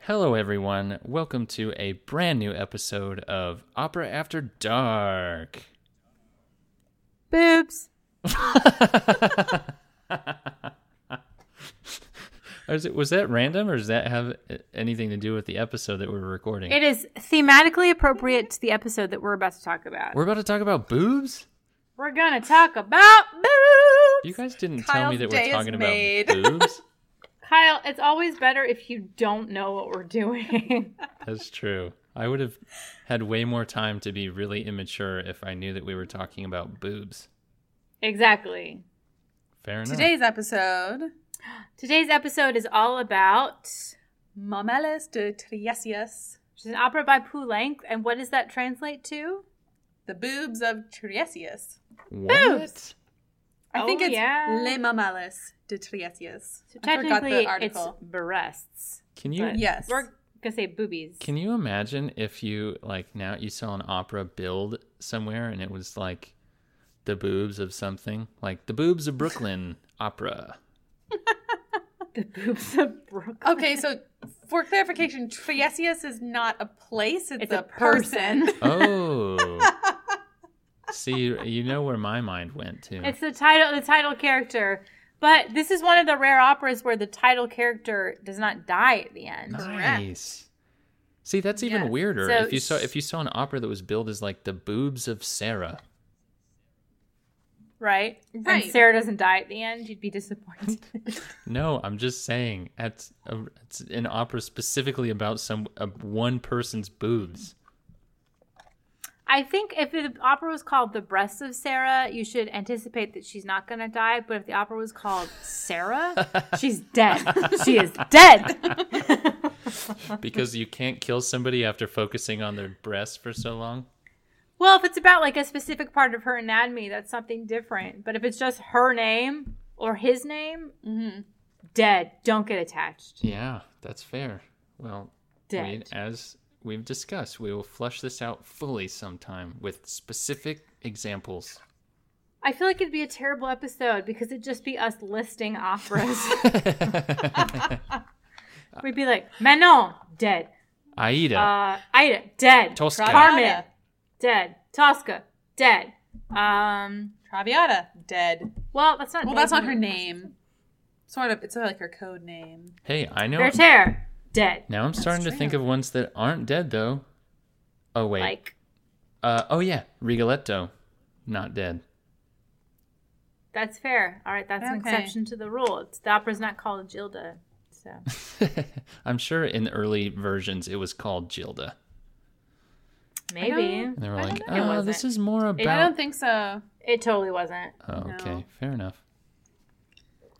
Hello, everyone. Welcome to a brand new episode of Opera After Dark. Boobs. Is it- was that random, or does that have anything to do with the episode that we're recording? It is thematically appropriate to the episode that we're about to talk about. we're about to talk about boobs. We're gonna talk about boobs. You guys didn't tell me Kyle's that day we're is talking made. about boobs. Kyle, it's always better if you don't know what we're doing. That's true. I would have had way more time to be really immature if I knew that we were talking about boobs. exactly. Fair enough. Today's episode, Today's episode is all about which Mamelles de Triesias, is an opera by Poulenc, and what does that translate to? the boobs of Triesias. What? Boobs. I Oh, think it's yeah. Les Mamelles de Triesias. So I forgot technically, the it's article. breasts. Can you But Yes. We're gonna say boobies. Can you imagine if you like now you saw an opera build somewhere and it was like the boobs of something like the boobs of Brooklyn opera? the boobs of Brooklyn. Okay, so for clarification, Triesias is not a place, it's, It's a person. Oh, see, you know where my mind went to. It's the title, the title character. But this is one of the rare operas where the title character does not die at the end. nice. See, that's even Yes. weirder. So if you saw sh- if you saw an opera that was billed as like the boobs of Sarah, Right? And Right. Sarah doesn't die at the end, you'd be disappointed. No, I'm just saying that's a, it's an opera specifically about some uh, one person's boobs. I think if the opera was called The Breasts of Sarah, you should anticipate that she's not going to die. But if the opera was called Sarah, she's dead. she is dead. because you can't kill somebody after focusing on their breasts for so long. well, if it's about like a specific part of her anatomy, that's something different. But if it's just her name or his name, dead. Don't get attached. Yeah, that's fair. Well, Dead. Wade, as we've discussed, we will flush this out fully sometime with specific examples. I feel like it'd be a terrible episode because it'd just be us listing operas. We'd be like, Manon, dead. Aida, Uh, Ida, dead. Tosca. Carmen, dead. Tosca, dead. Um, Traviata, dead. well, that's not. Well, that's not her name. Sort of, it's like her code name. hey, I know. Berter, dead. Now I'm starting to think of ones that aren't dead though. Oh wait. Like uh, oh yeah, Rigoletto, not dead. that's fair. All right, that's an Okay. exception to the rule. It's, the opera's not called Gilda. So I'm sure in the early versions it was called Gilda. maybe And they were I like, don't know. It oh, this wasn't. is more about. I don't think so. it totally wasn't. Oh, No. okay, fair enough.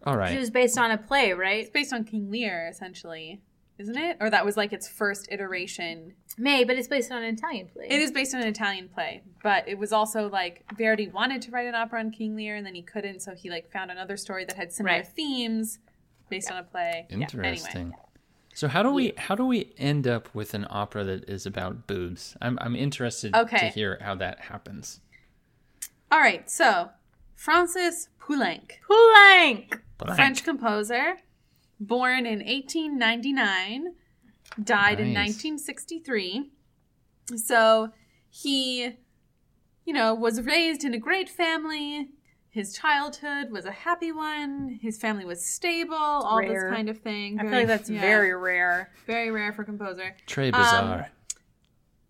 All It right. was based on a play, right? It's based on King Lear, essentially, isn't it? Or that was like its first iteration. May, but it's based on an Italian play. It is based on an Italian play, but it was also like Verdi wanted to write an opera on King Lear and then he couldn't, so he like found another story that had similar Right. themes based on a play. Yeah, anyway. Interesting. So how do we how do we end up with an opera that is about boobs? I'm I'm interested to Okay. hear how that happens. All right, so Francis Poulenc, Poulenc. French composer, born in 1899, died in Nice. 1963. So he, you know, was raised in a great family. His childhood was a happy one. His family was stable, all Rare. this kind of thing. I feel like that's yeah, very rare. very rare for a composer. Trey Bazaar.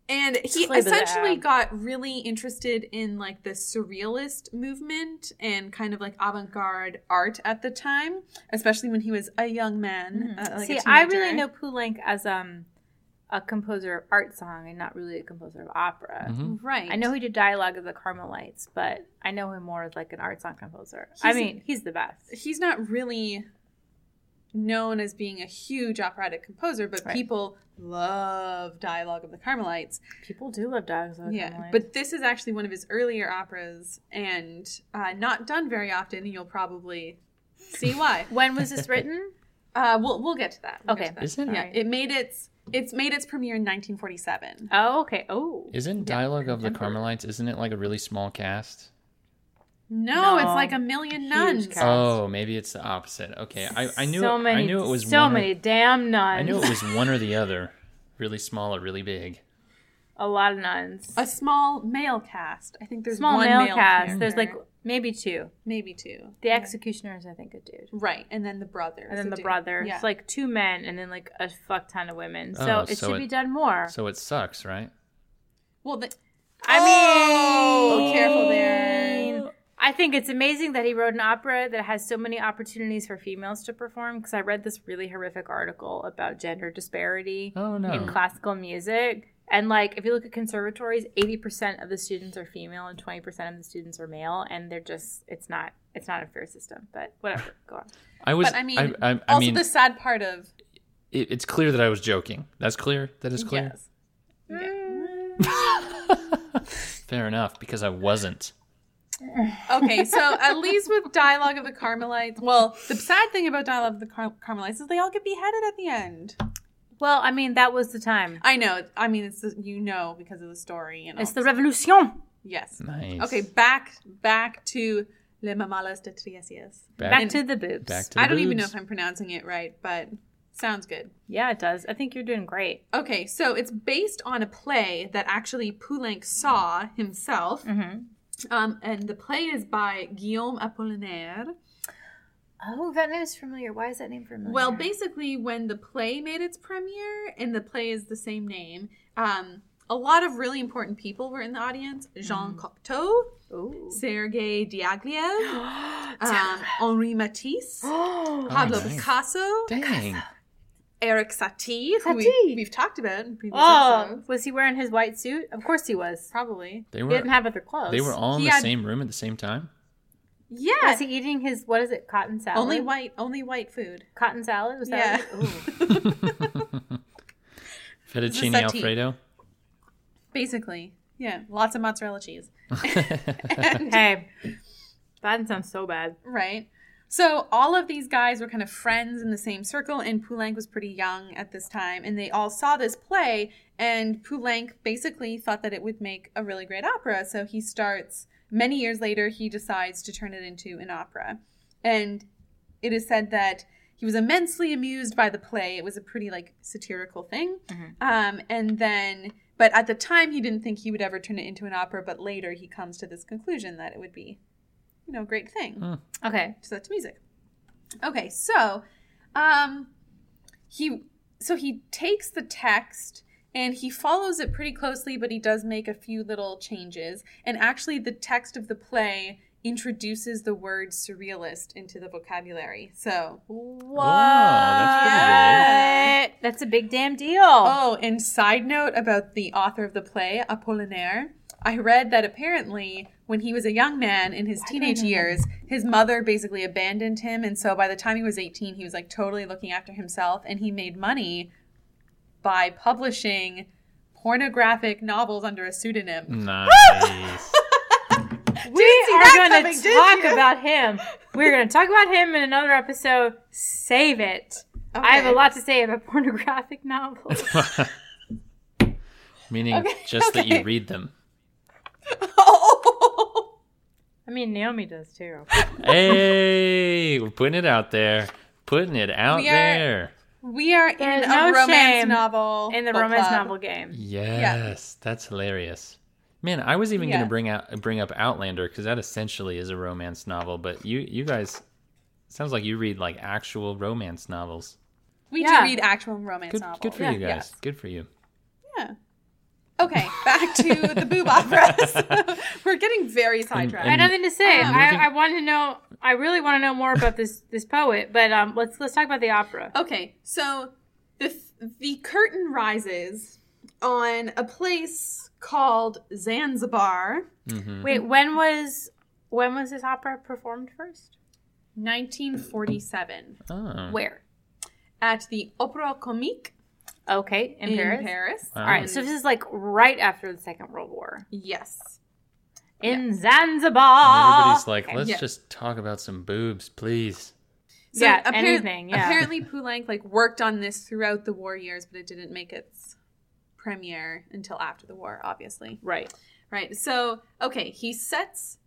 And he Play the essentially dab. got really interested in like the surrealist movement and kind of like avant-garde art at the time, especially when he was a young man. uh, like a Mm-hmm. See, I really teenager. know Poulenc as um a composer of art song and not really a composer of opera. Mhm. um, Right. I know he did Dialogue of the Carmelites, but I know him more as like an art song composer. I He's- mean, he's the best. he's not really known as being a huge operatic composer, but Right. people love Dialogue of the Carmelites. People do love Dialogue of the Yeah, Carmelites. but this is actually one of his earlier operas and uh, not done very often, and you'll probably see why. when was this written? Uh, we'll we'll get to that. We'll get Okay. to that. Isn't yeah, it made its it's made its premiere in 1947. Oh, okay. Oh, isn't Dialogue of the contemporary. Carmelites? Isn't it like a really small cast? No, it's No. like a million nuns. Huge cat. Oh, maybe it's the opposite. Okay, I, I knew so it, many, I knew it was so one many Or, damn nuns. I knew it was one or the other, really small or really big. a lot of nuns. A small male cast. I think there's Small one male cast. There's like character. maybe two. maybe two. The executioner is, I think, a dude. Right, and then the brother. And is then a the dude. brother. Yeah. It's like two men and then like a fuck ton of women. So Oh, it so should it- be done more. So it sucks, right? well, the, I mean, Oh, careful there. Oh! I think it's amazing that he wrote an opera that has so many opportunities for females to perform. Because I read this really horrific article about gender disparity Oh no. in classical music. And like, if you look at conservatories, eighty percent of the students are female and twenty percent of the students are male, and they're just—it's not—it's not a fair system. But whatever, go on. I was. but I mean, I, I, also mean, the sad part of it, it's clear that I was joking. That's clear. That is clear. yes. Yeah. Fair enough, because I wasn't. Okay, so at least with dialogue of the Carmelites, well, the sad thing about dialogue of the Car- Carmelites is they all get beheaded at the end. Well, I mean, that was the time. I know. I mean, it's the, you know because of the story and all. It's the revolution. yes. Nice. Okay, back back to Le Mamalas de Triesias. Back to the boobs. back to the I don't even know boobs. if I'm pronouncing it right, but sounds good. yeah, it does. I think you're doing great. Okay, so it's based on a play that actually Poulenc saw himself, Mm-hmm. um, and the play is by Guillaume Apollinaire. Oh, that name's familiar. Why is that name familiar? Well, basically, when the play made its premiere, and the play is the same name, um, a lot of really important people were in the audience: Jean Cocteau, Sergei Diaghilev, um, Henri Matisse, oh, Pablo nice. Picasso, Dang. Eric Satie, who Satie. Oh. we, we've talked about in previous episodes. was he wearing his white suit? Of course he was. Probably. They He were. didn't have other clothes. They were all in He the had- same room at the same time. Yeah. Was he eating his what is it? Cotton salad. Only white, only white food. cotton salad. Was that? Yeah. what it- Ooh. Fettuccine saute. Alfredo. Basically, yeah, lots of mozzarella cheese. hey, that didn't sound so bad. Right. So all of these guys were kind of friends in the same circle, and Poulenc was pretty young at this time, and they all saw this play, and Poulenc basically thought that it would make a really great opera. So he starts many years later, he decides to turn it into an opera. And it is said that he was immensely amused by the play. It was a pretty like satirical thing. Um, and then but at the time he didn't think he would ever turn it into an opera, but later he comes to this conclusion that it would be, you know, a great thing. Okay. So that's music. Okay, so um he so he takes the text and he follows it pretty closely, but he does make a few little changes. And actually the text of the play introduces the word surrealist into the vocabulary. So Oh, Whoa, that's that's, a big damn deal. Oh, and side note about the author of the play, Apollinaire. I read that apparently when he was a young man in his teenage years, his mother basically abandoned him. And so by the time he was 18, he was like totally looking after himself and he made money by publishing pornographic novels under a Mm. pseudonym. Nice. we see are that going coming, to did talk you? about him. We're going to talk about him in another episode. Save it. I have a Okay. lot to say about pornographic novels. Meaning just that you read them. I mean, Naomi does too. Hey, we're putting it out there. Putting it out We are- there. we are in There's a no romance shame novel. In the book romance club. novel game. Yes, that's hilarious. Man, I was even Yeah. gonna bring out bring up Outlander because that essentially is a romance novel. But you you guys, sounds like you read like actual romance novels. We Yeah. do read actual romance Good novels. good for Yeah. you guys. Yes. Good for you. Yeah. Okay, back to the boob operas. We're getting very sidetracked. I had nothing to say. Um, moving- I, I want to know. I really want to know more about this this poet. But um, let's let's talk about the opera. okay, so the the curtain rises on a place called Zanzibar, Mm-hmm. Wait, when was when was this opera performed first? 1947, Oh. Where? at the Opera Comique Okay, in, in Paris. Paris. Wow. All right, so this is like right after the Second World War Yes. in And Zanzibar. everybody's like, Okay. let's Yeah. just talk about some boobs, please. Yeah, anything, yeah. Apparently, Poulenc like worked on this throughout the war years, but it didn't make its premiere until after the war, obviously. right. Right. So, okay, he sets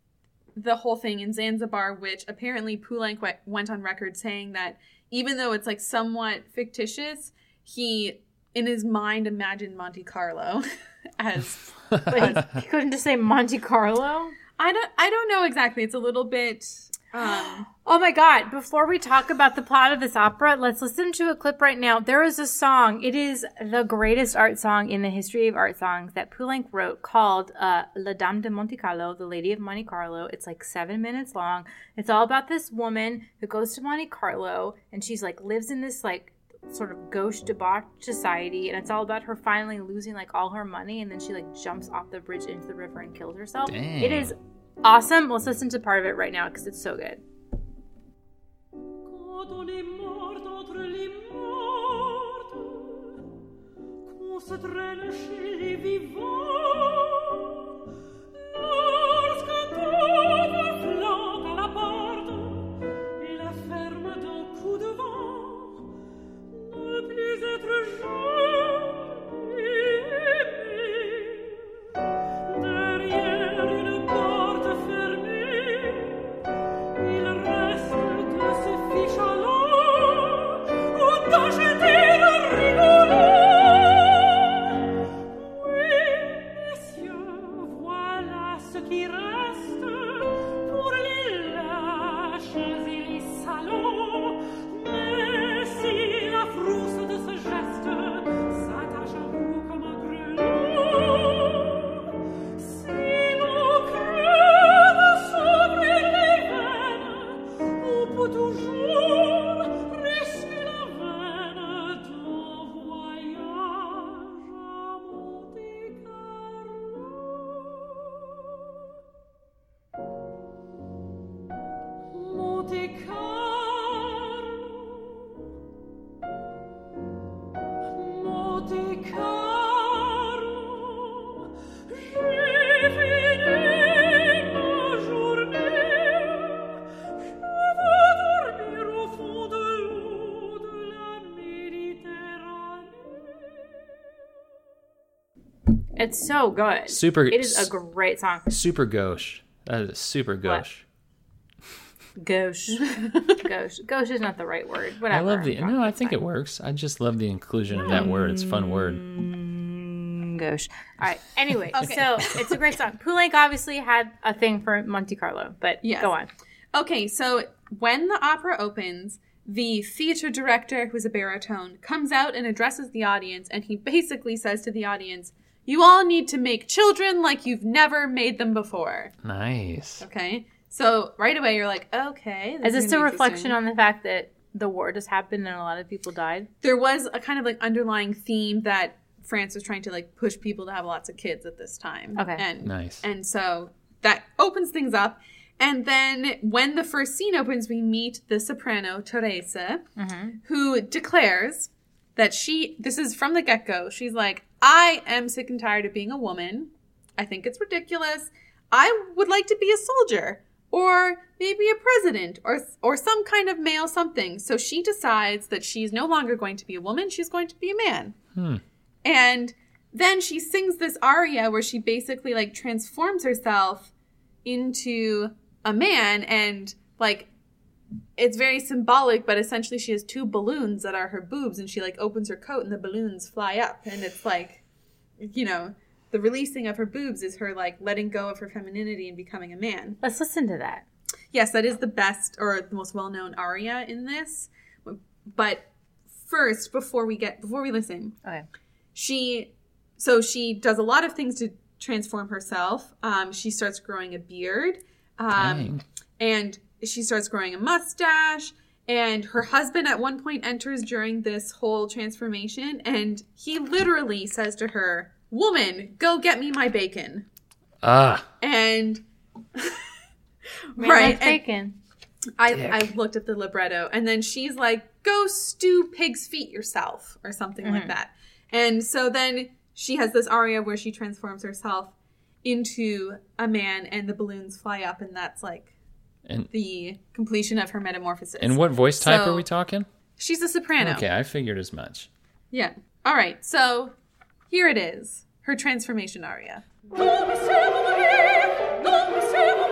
the whole thing in Zanzibar, which apparently Poulenc we- went on record saying that even though it's like somewhat fictitious, he in his mind imagined Monte Carlo as But he, he couldn't just say Monte Carlo. I don't I don't know exactly. It's a little bit um, Oh my God. Before we talk about the plot of this opera, let's listen to a clip right now. There is a song. It is the greatest art song in the history of art songs that Poulenc wrote called uh, La Dame de Monte Carlo, The Lady of Monte Carlo. It's like seven minutes long. It's all about this woman who goes to Monte Carlo and she's like lives in this like sort of gauche debauched society and it's all about her finally losing like all her money and then she like jumps off the bridge into the river and kills herself. Dang. It is awesome. Let's listen to part of it right now because it's so good. Quand on est mort entre les morts, qu'on se traîne chez les vivants, lorsque pauvre plante à la porte et la ferme d'un coup de vent, ne plus être jeune et aimé, derrière une porte fermée. Il reste de ces fiches-là où t'as jeté le rigolet. Oui, messieurs, voilà ce qui reste pour les lâches et les salons. Mais si la frousse de ce geste s'attache à vous comme un grelot, si mon cœur s'ouvre les veines, on peut toujours risquer la veine d'un voyage à Monte-Carlo. Monte Carlo, Monte Carlo, j'ai fini ma journée. Je veux dormir au fond de l'eau de la Méditerranée. It's so good. Super- It is a great song. Super gauche. That is super gauche. Gauche. Gauche. Gauche is not the right word. I Whatever. love the. No, I think it works. I just love the inclusion of that word. It's a fun word. Mm, Gauche. All right. Anyway, so it's a great song. Poulenc obviously had a thing for Monte Carlo, but Yes. go on. Okay, so when the opera opens, the theater director, who's a baritone, comes out and addresses the audience, and he basically says to the audience, You all need to make children like you've never made them before. Nice. Okay? So right away, you're like, Okay. Is is this a gonna be reflection interesting." on the fact that the war just happened and a lot of people died? There was a kind of like underlying theme that France was trying to like push people to have lots of kids at this time. Okay. And Nice. And so that opens things up. And then when the first scene opens, we meet the soprano, Teresa, who declares that she, this is from the get go, she's like, I am sick and tired of being a woman. I think it's ridiculous. I would like to be a soldier or maybe a president or or some kind of male something. So she decides that she's no longer going to be a woman, she's going to be a man. And then she sings this aria where she basically like transforms herself into a man and like it's very symbolic, but essentially she has two balloons that are her boobs and she like opens her coat and the balloons fly up and it's like you know, the releasing of her boobs is her like letting go of her femininity and becoming a man. Let's listen to that. Yes, that is the best or the most well-known aria in this. But first, before we get before we listen, Okay. she so she does a lot of things to transform herself. Um, she starts growing a beard, um, Dang. and she starts growing a mustache. And her husband at one point enters during this whole transformation, and he literally says to her, "Woman, go get me my bacon." Ah, And Man Right, likes and- bacon. I, Dick. I looked at the libretto and then she's like, go stew pig's feet yourself or something Mm-hmm. like that. And so then she has this aria where she transforms herself into a man and the balloons fly up and that's like and the completion of her metamorphosis. and what voice type So- are we talking? She's a soprano. Okay, I figured as much. Yeah. All right. So here it is. Her transformation aria. Don't me say, woman, don't me say, woman,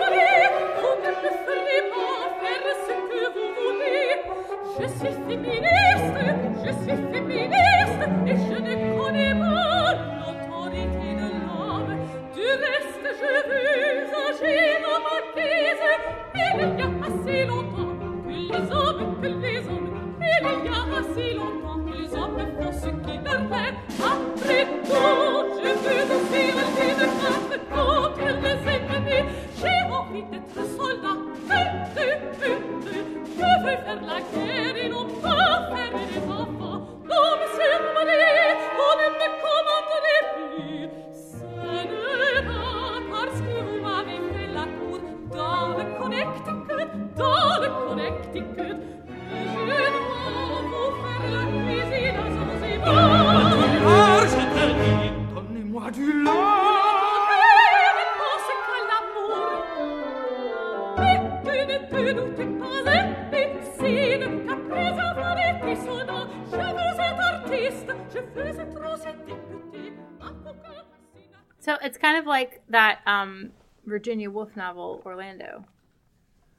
Quand j'étais petit, un coquin fascinant. So it's kind of like that um, Virginia Woolf novel, Orlando.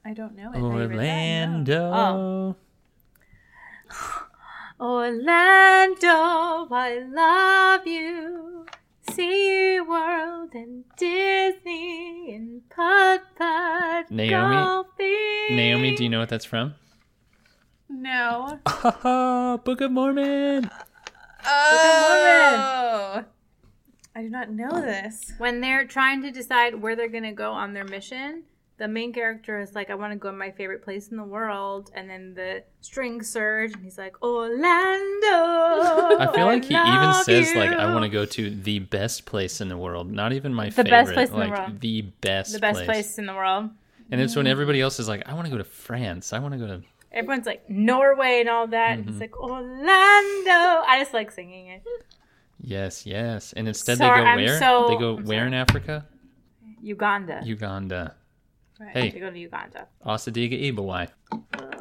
I don't know it. Orlando. Oh. Orlando, I love you. Sea World and Disney and Putt Putt Naomi? Golfing. Naomi, do you know what that's from? No. Book of Mormon. Oh. I do not know this. when they're trying to decide where they're going to go on their mission, the main character is like, I want to go to my favorite place in the world. And then the strings surge, and he's like, Orlando. I feel like he even Oh, love says like I you." want to go to the best place in the world, not even my The favorite, best place in the like world. the best, The best place Mm-hmm. in the world. And it's when everybody else is like, I want to go to France. I want to go to. Everyone's like Norway and all that. Mm-hmm. and It's like Orlando. I just like singing it. Yes, yes. And instead Sorry, they go I'm where? so- they go I'm where in Africa? Uganda. Uganda. right. hey. They go to Uganda. Osadiga Ibawai. Uh,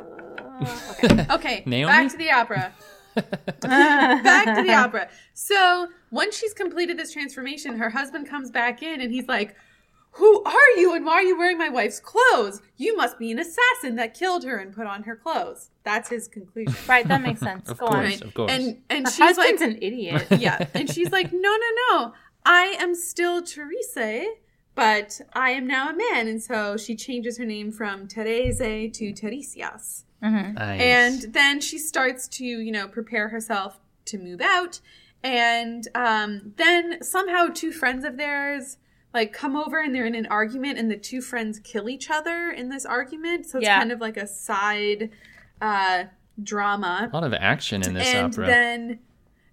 Oh. Okay, Naomi? back to the opera. back to the opera. So once she's completed this transformation, her husband comes back in and he's like, "Who are you? And why are you wearing my wife's clothes? You must be an assassin that killed her and put on her clothes." That's his conclusion. Right, that makes sense. Of go on. course. Her of course. And and she's like, husband's an idiot. yeah, and she's like, "No, no, no. I am still Teresa." But I am now a man, and so she changes her name from Terese to Teresias. Nice. And then she starts to, you know, prepare herself to move out. And um, then somehow two friends of theirs like come over and they're in an argument and the two friends kill each other in this argument. So it's Yeah. kind of like a side uh, drama. a lot of action in this and opera. then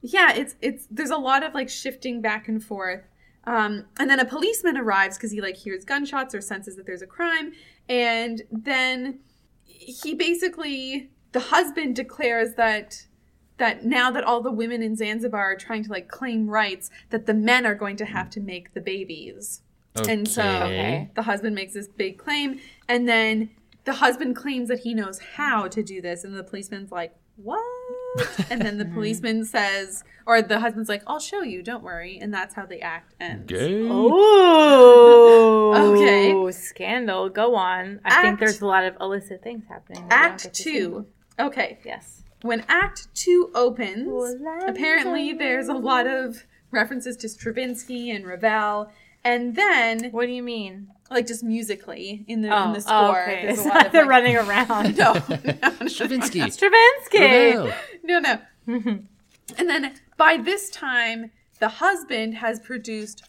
yeah, it's it's there's a lot of like shifting back and forth. Um, and then a policeman arrives because he like hears gunshots or senses that there's a crime. And then he basically the husband declares that that now that all the women in Zanzibar are trying to like claim rights, that the men are going to have to make the babies. okay. And so the husband makes this big claim, and then the husband claims that he knows how to do this, and the policeman's like, "What?" and then Hmm. the policeman says, or the husband's like, "I'll show you. Don't worry." And that's how the act ends. Gay. Oh, Ooh. Okay. Scandal. Go on. I think Act- there's a lot of illicit things happening. We don't Act get to see. two. Okay, Yes. when Act Two opens, Orlando. apparently there's a lot of references to Stravinsky and Ravel, and then What do you mean? like just musically in the in the score, oh, okay. there's It's a lot not of they're like, running around. No, no, no. Stravinsky. Stravinsky. Ravel. No, no. and then by this time, the husband has produced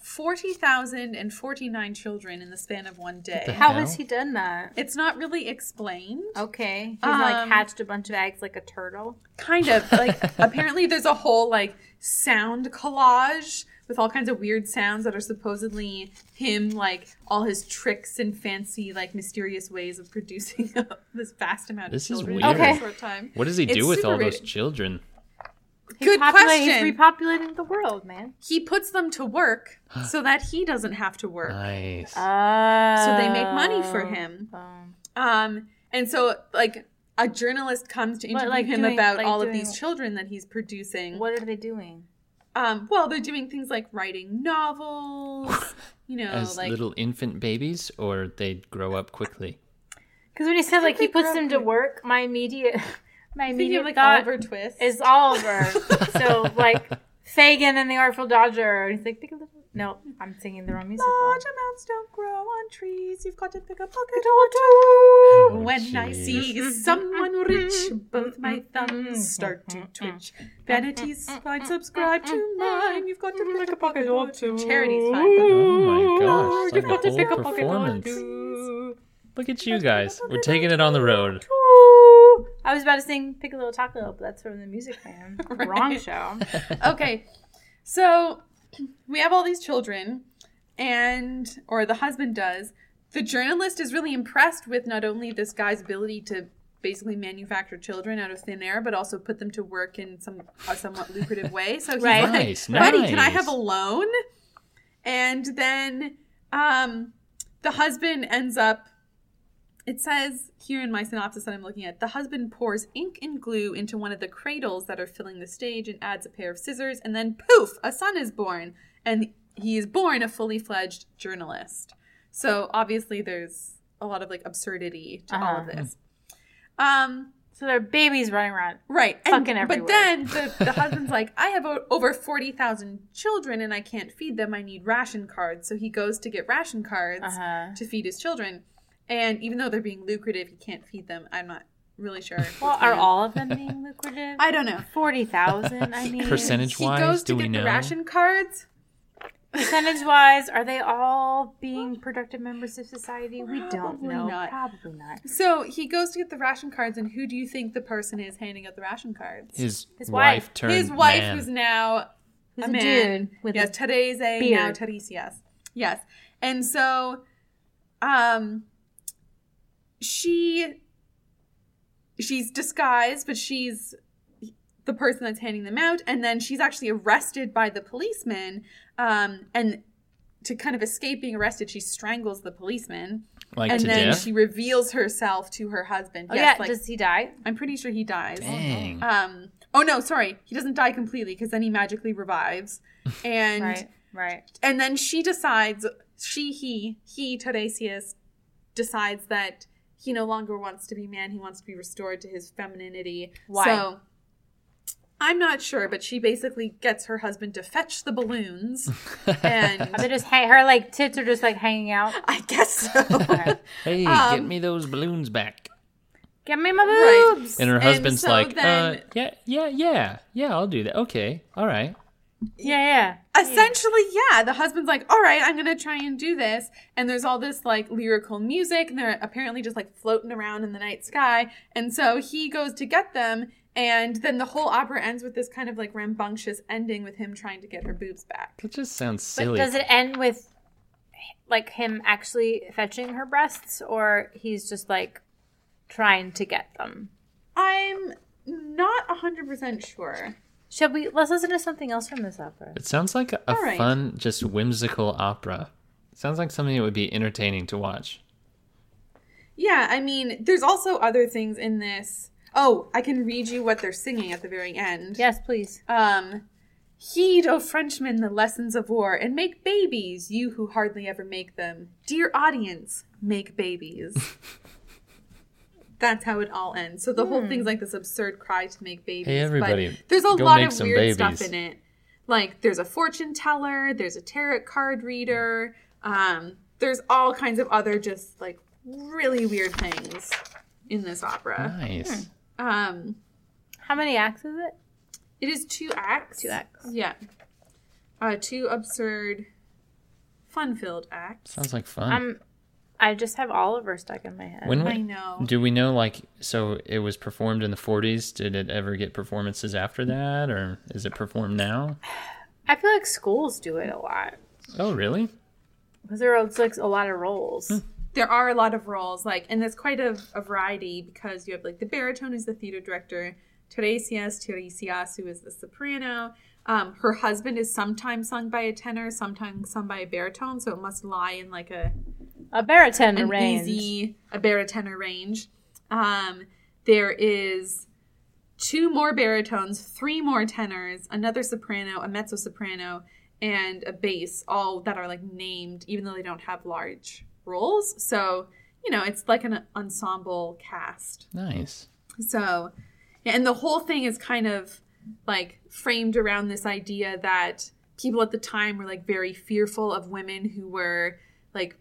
40,049 children in the span of one day. How No. has he done that? It's not really explained. Oh. Okay. He's Um, like hatched a bunch of eggs like a turtle. Kind of. Like, apparently, there's a whole, like, sound collage with all kinds of weird sounds that are supposedly him, like, all his tricks and fancy, like, mysterious ways of producing this vast amount This is of children weird. in a Okay. short time. What does he do It's with super all those rated. children? Good Populate- question. He's repopulating the world, man. he puts them to work so that he doesn't have to work. Nice. uh, Oh. so they make money for him. Um, and so like a journalist comes to interview like, him doing- about like, all of doing- these children that he's producing. What are they doing? Um, well, they're doing things like writing novels, you know, As like little infant babies, or they grow up quickly. Because when he said like he they puts grow them to work, my immediate, my thinking immediate of like thought Oliver Twist. is "Oh, Oliver. so like Fagin and the Artful Dodger, and he's like, pick a little. No, I'm singing the wrong music. large amounts don't grow on trees. You've got to pick a pocket Oh, or two. When I see someone rich, both my thumbs start to twitch. Vanity's fine, subscribe to mine. You've got to pick a pocket or two. Charity's fine. Oh my gosh! It's you've like got a to whole pick a pocket performance. Look at you guys. We're taking it on the road. I was about to sing "Pick a Little Taco," but that's from the Music Man. Wrong show. okay. So we have all these children, and, or the husband does. The journalist is really impressed with not only this guy's ability to basically manufacture children out of thin air, but also put them to work in some a somewhat lucrative way. So he's Right. like, Nice, buddy, can I nice. have a loan? And then um, the husband ends up It says here in my synopsis that I'm looking at the husband pours ink and glue into one of the cradles that are filling the stage and adds a pair of scissors, and then poof, a son is born. And he is born a fully fledged journalist. So obviously, there's a lot of like absurdity to all of Uh-huh. this. Um, So there are babies running around. Right. Fucking everywhere. But then the, the husband's like, I have o- over 40,000 children and I can't feed them. I need ration cards. So he goes to get ration cards Uh-huh. to feed his children. And even though they're being lucrative, he can't feed them. I'm not really sure. what's Well, are going on. all of them being lucrative? I don't know. Forty thousand. I mean, Percentage He wise, goes to do we get know? the ration cards. percentage wise, are they all being productive members of society? We don't Probably know. not. Probably not. So he goes to get the ration cards, and who do you think the person is handing out the ration cards? His, His wife, wife. turned His wife, man. who's now Who's a a man. dude with yes, a Teresa, now beard. Teresa, yes. Yes. And so um she she's disguised, but she's the person that's handing them out, and then she's actually arrested by the policeman. Um, and to kind of escape being arrested, she strangles the policeman, like and to then death. she reveals herself to her husband. Oh yes, yeah, like, does he die? I'm pretty sure he dies. Dang. Um, oh no, sorry, he doesn't die completely because then he magically revives, and Right, right. and then she decides she he he Tiresias decides that he no longer wants to be man. He wants to be restored to his femininity. Why? So I'm not sure, but she basically gets her husband to fetch the balloons, Are they and just hang- her like tits are just like hanging out? I guess so. Okay. hey, get um, me those balloons back. Give me my boobs. And her and husband's so like, uh, then- yeah, yeah, yeah, yeah, I'll do that. Okay, all right. Yeah, Essentially, yeah, the husband's like, "All right, I'm gonna try and do this," and there's all this like lyrical music, and they're apparently just like floating around in the night sky, and so he goes to get them, and then the whole opera ends with this kind of like rambunctious ending with him trying to get her boobs back. That just sounds yeah. But silly. does it end with like him actually fetching her breasts, or he's just like trying to get them? I'm not hundred percent sure. Shall we? Let's listen to something else from this opera. It sounds like a All right. fun, just whimsical opera. sounds like something that would be entertaining to watch. Yeah, I mean, there's also other things in this. Oh, I can read you what they're singing at the very end. Yes, please. Um, heed, O Frenchmen, the lessons of war, and make babies, you who hardly ever make them. Dear audience, make babies. That's how it all ends. So the whole thing's like this absurd cry to make babies. Hey, everybody, But there's a go lot make of some weird stuff babies. in it. Like there's a fortune teller, there's a tarot card reader, um, there's all kinds of other just like really weird things in this opera. Nice. Um, How many acts is it? it is two acts. Two acts. Yeah. Uh, two absurd, fun filled acts. Sounds like fun. Um, I just have Oliver stuck in my head. when I we, know. do we know? Like, so it was performed in the '40s. Did it ever get performances after that, or is it performed now? I feel like schools do it a lot Oh, really? because there are like a lot of roles. Hmm. There are a lot of roles, like, and there's quite a, a variety because you have, like, the baritone who's the theater director, Teresias, Teresias, who is the soprano. Um, her husband is sometimes sung by a tenor, sometimes sung by a baritone, so it must lie in, like, a A baritone an range. easy a baritenor range. Um, there is two more baritones, three more tenors, another soprano, a mezzo soprano, and a bass, all that are like named, even though they don't have large roles. So you know, it's like an ensemble cast. Nice. So, yeah, and the whole thing is kind of like framed around this idea that people at the time were like very fearful of women who were like,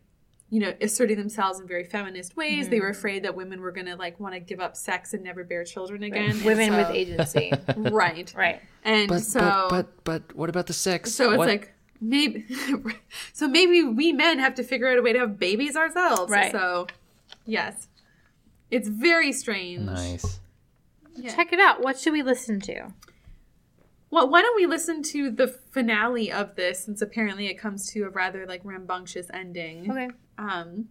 you know, asserting themselves in very feminist ways. They were Mm-hmm. afraid that women were going to like want to give up sex and never bear children again. And Women with so- agency. Right. right. And so, but but what about the sex? so it's like, maybe, so maybe we men have to figure out a way to have babies ourselves. Right. So, yes. It's very strange. nice. Yeah. Check it out. What should we listen to? Well, why don't we listen to the finale of this since apparently it comes to a rather like rambunctious ending. Okay. Um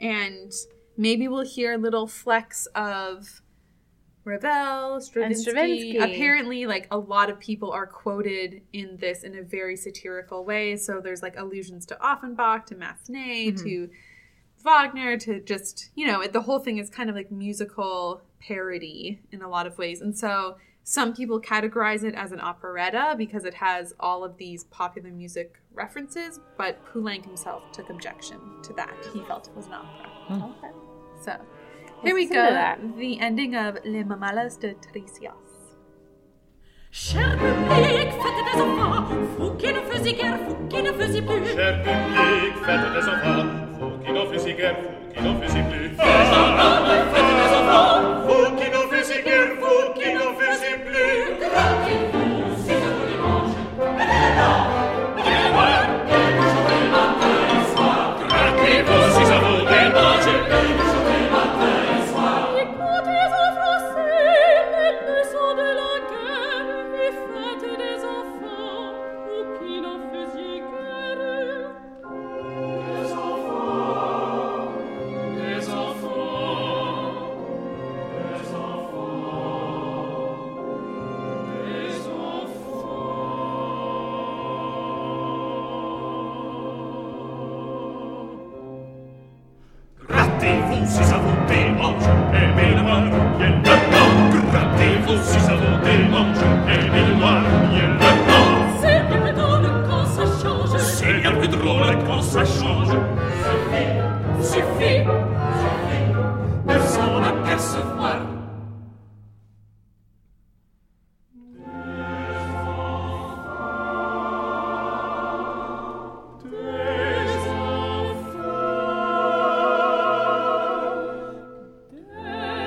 and maybe we'll hear little flecks of Ravel, Stravinsky. Stravinsky. Apparently like a lot of people are quoted in this in a very satirical way, so there's like allusions to Offenbach, to Massenet, to Wagner to just, you know, it, the whole thing is kind of like musical parody in a lot of ways. And so some people categorize it as an operetta because it has all of these popular music references, but Poulenc himself took objection to that. He felt it was an opera. Okay. Oh. So here we listen go. to that. The ending of Les Mamalas de Tricias. Cher public, faites des enfants, vous qui ne faisiez guère, vous qui ne faisiez plus. Cher public, faites des enfants, vous qui n'en faisiez guère, vous qui n'en faisiez plus. Vous qui n'en faisiez guère, vous qui n'en faisiez plus. Grattez-vous si ça vous démange. Écoutez aux Français, les leçons de la guerre, et faites des enfants, vous qui n'en faisiez guère. Des enfants, des enfants, des enfants, des enfants. Grattez-vous si ça vous démange. Aimez le noir, bien le blanc. Grattez-vous si ça vous démange. Aimez le noir, bien le blanc. C'est bien drôle quand ça change. C'est bien plus drôle quand ça change. Suffit, suffit, suffit de s'en apercevoir.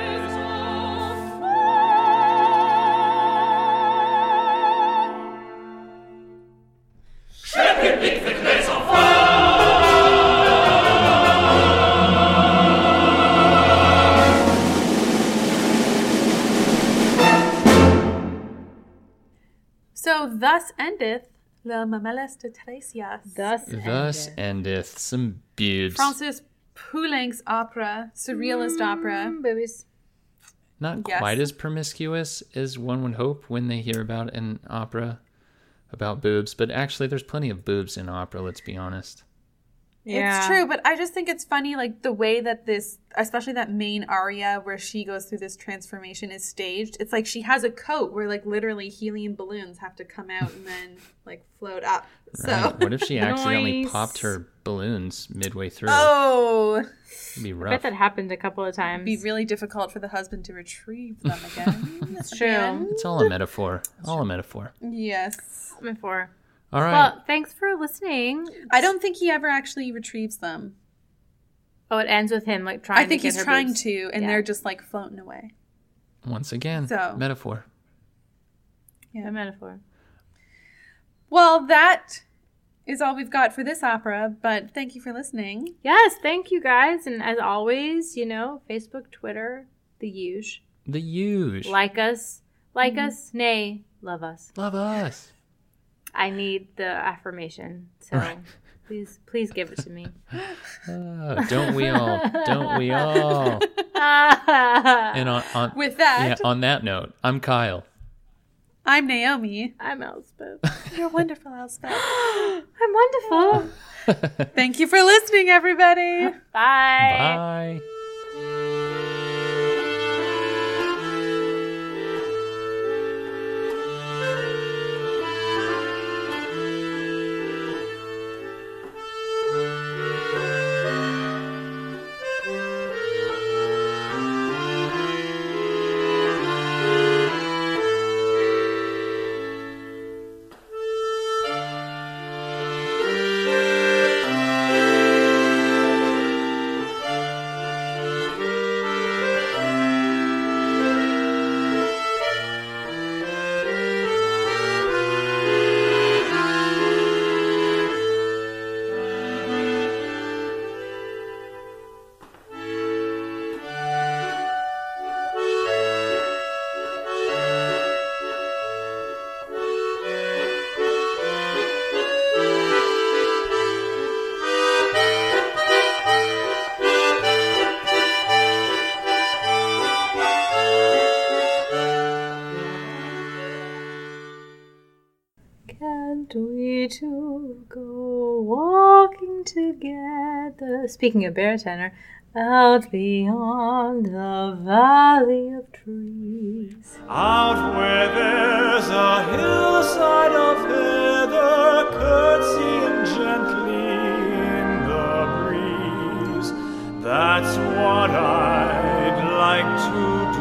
Les enfants. Cher public, faites les enfants. So thus endeth Le Mamelas de Tricias. Thus, Thus endeth some beauties. Francis Poulenc's opera, surrealist Mm, opera. ended. boobies. Not Yes. quite as promiscuous as one would hope when they hear about an opera about boobs, but actually, there's plenty of boobs in opera, let's be honest. It's true, but I just think it's funny, like the way that this, especially that main aria where she goes through this transformation, is staged. It's like she has a coat where, like, literally helium balloons have to come out and then, like, float up. So, Right? What if she accidentally Nice. popped her balloons midway through? oh, It'd be I rough. bet that happened a couple of times. it'd be really difficult for the husband to retrieve them again. That's true. It's all a metaphor. All a metaphor. Yes. before. All right. Well, thanks for listening. I don't think he ever actually retrieves them. Oh, it ends with him like trying. I think to get he's her trying boobs. to, and Yeah. they're just like floating away. Once again, So- metaphor. A metaphor. Well, that is all we've got for this opera, but thank you for listening. Yes, thank you guys, and as always, you know, Facebook, Twitter, the huge. The huge. Like us, like Mm-hmm. us, nay, love us. Love us. I need the affirmation, so Right. please, please give it to me. Oh, don't we all? Don't we all? And uh, on, on, With that, yeah, on that note, I'm Kyle. I'm Naomi. I'm Elspeth. You're wonderful, Elspeth. I'm wonderful. Thank you for listening, everybody. Bye. Bye. we two go walking together. Speaking of baritone, out beyond the valley of trees. Out where there's a hillside of heather, curtsying gently in the breeze. That's what I'd like to do.